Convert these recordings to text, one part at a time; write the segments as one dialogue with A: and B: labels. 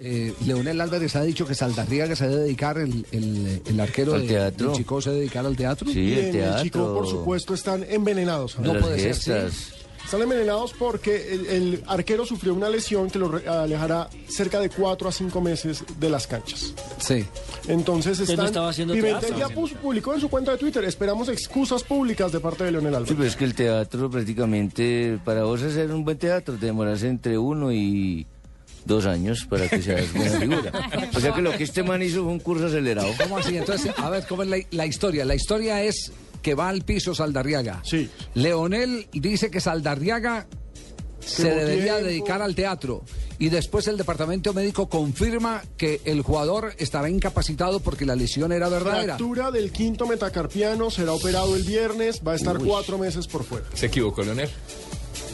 A: Eh, Leonel Álvarez ha dicho que Saldarriaga se debe dedicar, el, el, el arquero
B: Al
A: de-
B: teatro.
A: del Chico se debe dedicar al teatro.
B: Sí,
C: Y
B: el
C: en
B: teatro.
C: el Chico, por supuesto, están envenenados.
A: No
B: las
A: puede ser,
B: fiestas.
C: Están envenenados porque el, el arquero sufrió una lesión que lo re- alejará cerca de 4 a 5 meses de las canchas.
A: Sí.
C: Entonces
D: no
C: están...
D: estaba haciendo
C: Pimentel ya
D: teatro.
C: puso- publicó en su cuenta de Twitter, esperamos excusas públicas de parte de Leonel
B: Sí,
C: Álvarez.
B: pero es que el teatro prácticamente, para vos hacer un buen teatro, te demoras entre uno y dos años para que seas buena figura. O sea que lo que este man hizo fue un curso acelerado.
A: ¿Cómo así? Entonces, a ver, ¿cómo es la, la historia? La historia es que va al piso Saldarriaga.
C: Sí.
A: Leonel dice que Saldarriaga se
C: Como
A: debería
C: tiempo.
A: dedicar al teatro. Y después el departamento médico confirma que el jugador estaba incapacitado porque la lesión era verdadera.
C: Fractura del quinto metacarpiano, será operado el viernes, va a estar 4 meses por fuera.
E: Se equivocó, Leonel.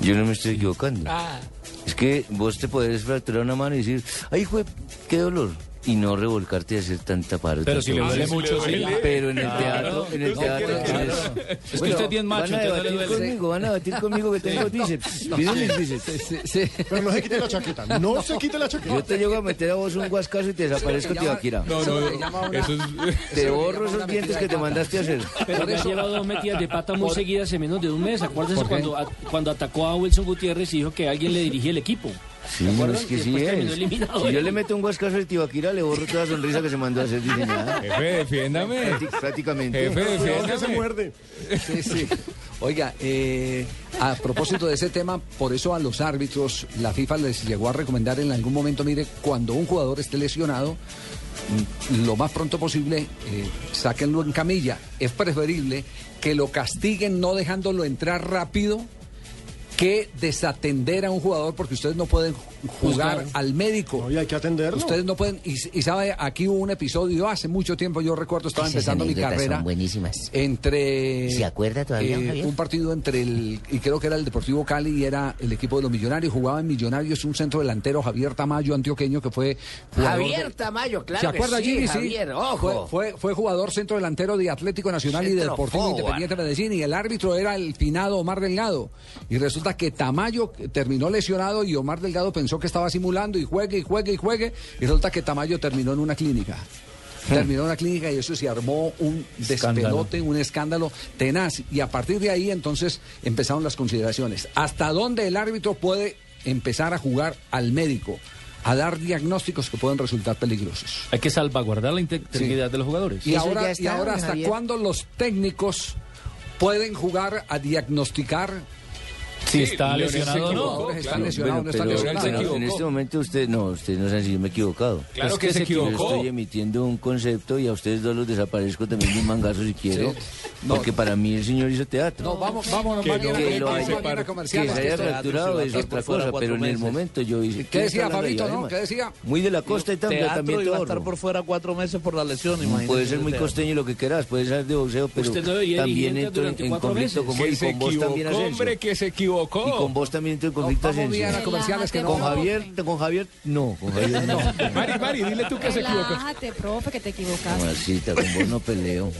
B: Yo no me estoy equivocando.
A: Ah.
B: Es que vos te podés fracturar una mano y decir, ay, jue, qué dolor. Y no revolcarte y hacer tanta parte.
D: Pero si le duele mucho, sí.
B: Pero en el teatro, en el teatro. tienes-
D: que
B: Bueno,
D: usted es bien
B: Van
D: macho,
B: a
D: entonces no le
B: debatir
D: duele.
B: conmigo, van a debatir conmigo que tengo bíceps. Miren mis bíceps.
A: Sí, sí.
C: Pero no se quite la chaqueta, no se quite la chaqueta.
B: Yo te llego a meter a vos un guascazo y te desaparezco, Tibaquira.
E: No, no, eso es...
B: Te borro esos dientes que te mandaste a hacer.
D: Pero me ha llevado dos metidas de pata muy seguidas en menos de un mes. Acuérdense cuando, a- cuando atacó a Wilson Gutiérrez y dijo que alguien le dirigía el equipo.
B: Sí, no, es que
D: Y
B: sí
D: después terminó
B: es.
D: eliminado.
B: Si yo le meto un guascazo al Tibaquira, le borro toda la sonrisa que se mandó a hacer diseñada.
E: Jefe, defiéndame.
B: Prácti- Prácticamente.
E: Jefe,
C: Cuidado que se
E: defiéndame.
C: muerde.
A: Sí, sí. Oiga, eh, a propósito de ese tema, por eso a los árbitros la FIFA les llegó a recomendar en algún momento, mire, cuando un jugador esté lesionado, mm, lo más pronto posible, eh, sáquenlo en camilla. Es preferible que lo castiguen no dejándolo entrar rápido que desatender a un jugador porque ustedes no pueden ju- jugar al médico.
C: Pues No, y hay que atenderlo.
A: Ustedes no pueden, y, y sabe, aquí hubo un episodio hace mucho tiempo, yo recuerdo, estaba
F: Esas
A: empezando mi
F: anécdotas son
A: carrera.
F: buenísimas.
A: Entre. eh,
F: ¿Se acuerda todavía, Javier?
A: un partido entre el. Y creo que era el Deportivo Cali y era el equipo de los Millonarios. Jugaba en Millonarios un centro delantero, Javier Tamayo, antioqueño, que fue. jugador de-
F: Javier Tamayo, claro.
A: ¿Se acuerda,
F: que sí,
A: Jimmy? Sí.
F: Javier, ojo.
A: Fue, fue, fue jugador centro delantero de Atlético Nacional y de
F: Centro
A: Deportivo
F: forward.
A: Independiente Medellín. Y el árbitro era el finado Omar Delgado. Y resulta que Tamayo terminó lesionado y Omar Delgado pensó que estaba simulando y juegue y juegue y juegue. Y resulta que Tamayo terminó en una clínica. Terminó en una clínica y eso se armó un despelote, un escándalo tenaz. Y a partir de ahí entonces empezaron las consideraciones. ¿Hasta dónde el árbitro puede empezar a jugar al médico? A dar diagnósticos que pueden resultar peligrosos.
D: Hay que salvaguardar la integridad de los jugadores.
A: Y
F: Eso
A: ahora,
F: ya
A: y
F: está,
A: ahora
F: don
A: ¿hasta
F: Javier.
A: cuándo los técnicos pueden jugar a diagnosticar?
D: Si está
E: Leonel se
D: lesionado o no.
E: equivocó,
A: Está
E: claro.
A: lesionado,
B: Bueno,
A: no está
B: pero
E: Leonel se
A: lesionado.
B: pero en
E: equivocó.
B: este momento usted, no, usted no sabe si yo me he equivocado.
E: Claro
D: Es
E: que,
D: que
E: se
D: se
B: Yo
E: equivocó.
B: estoy emitiendo un concepto y a ustedes dos los desaparezco también de un mangazo si quiero,
A: Sí.
B: porque para mí el señor hizo teatro.
A: No, vamos, vamos,
E: Que
A: más bien
E: no,
A: a-
E: que lo
A: más bien
E: haya-
A: a
E: que se
B: que
A: comerciales.
B: se haya
A: Esto-
B: fracturado es otra cosa, pero en el momento yo hice...
A: ¿Qué decía
B: Está hablando ahí,
A: Fabito, no?
B: además.
A: ¿Qué decía?
B: Muy de la costa y también, también te ahorro.
F: fuera cuatro meses por la lesión,
B: Puede ser muy costeño y lo que quieras, puede ser de boxeo, pero
D: Usted no debería
B: también
D: dirigir
B: entro en,
D: durante
B: en
D: cuatro
B: conflicto
D: meses.
B: con,
E: Que
B: y
E: se
B: con vos también
E: equivocó,
B: Asensio.
E: hombre, que se equivocó.
B: Y con vos también entro en
A: No,
B: conflicto
A: vamos bien a
B: Asensio.
A: comerciales que no.
B: Con Javier, con Javier, no, con Javier no.
E: Mari, Mari, dile tú que se equivocó.
G: Relájate, profe, que te equivocaste.
B: Mamacita, con vos no peleo.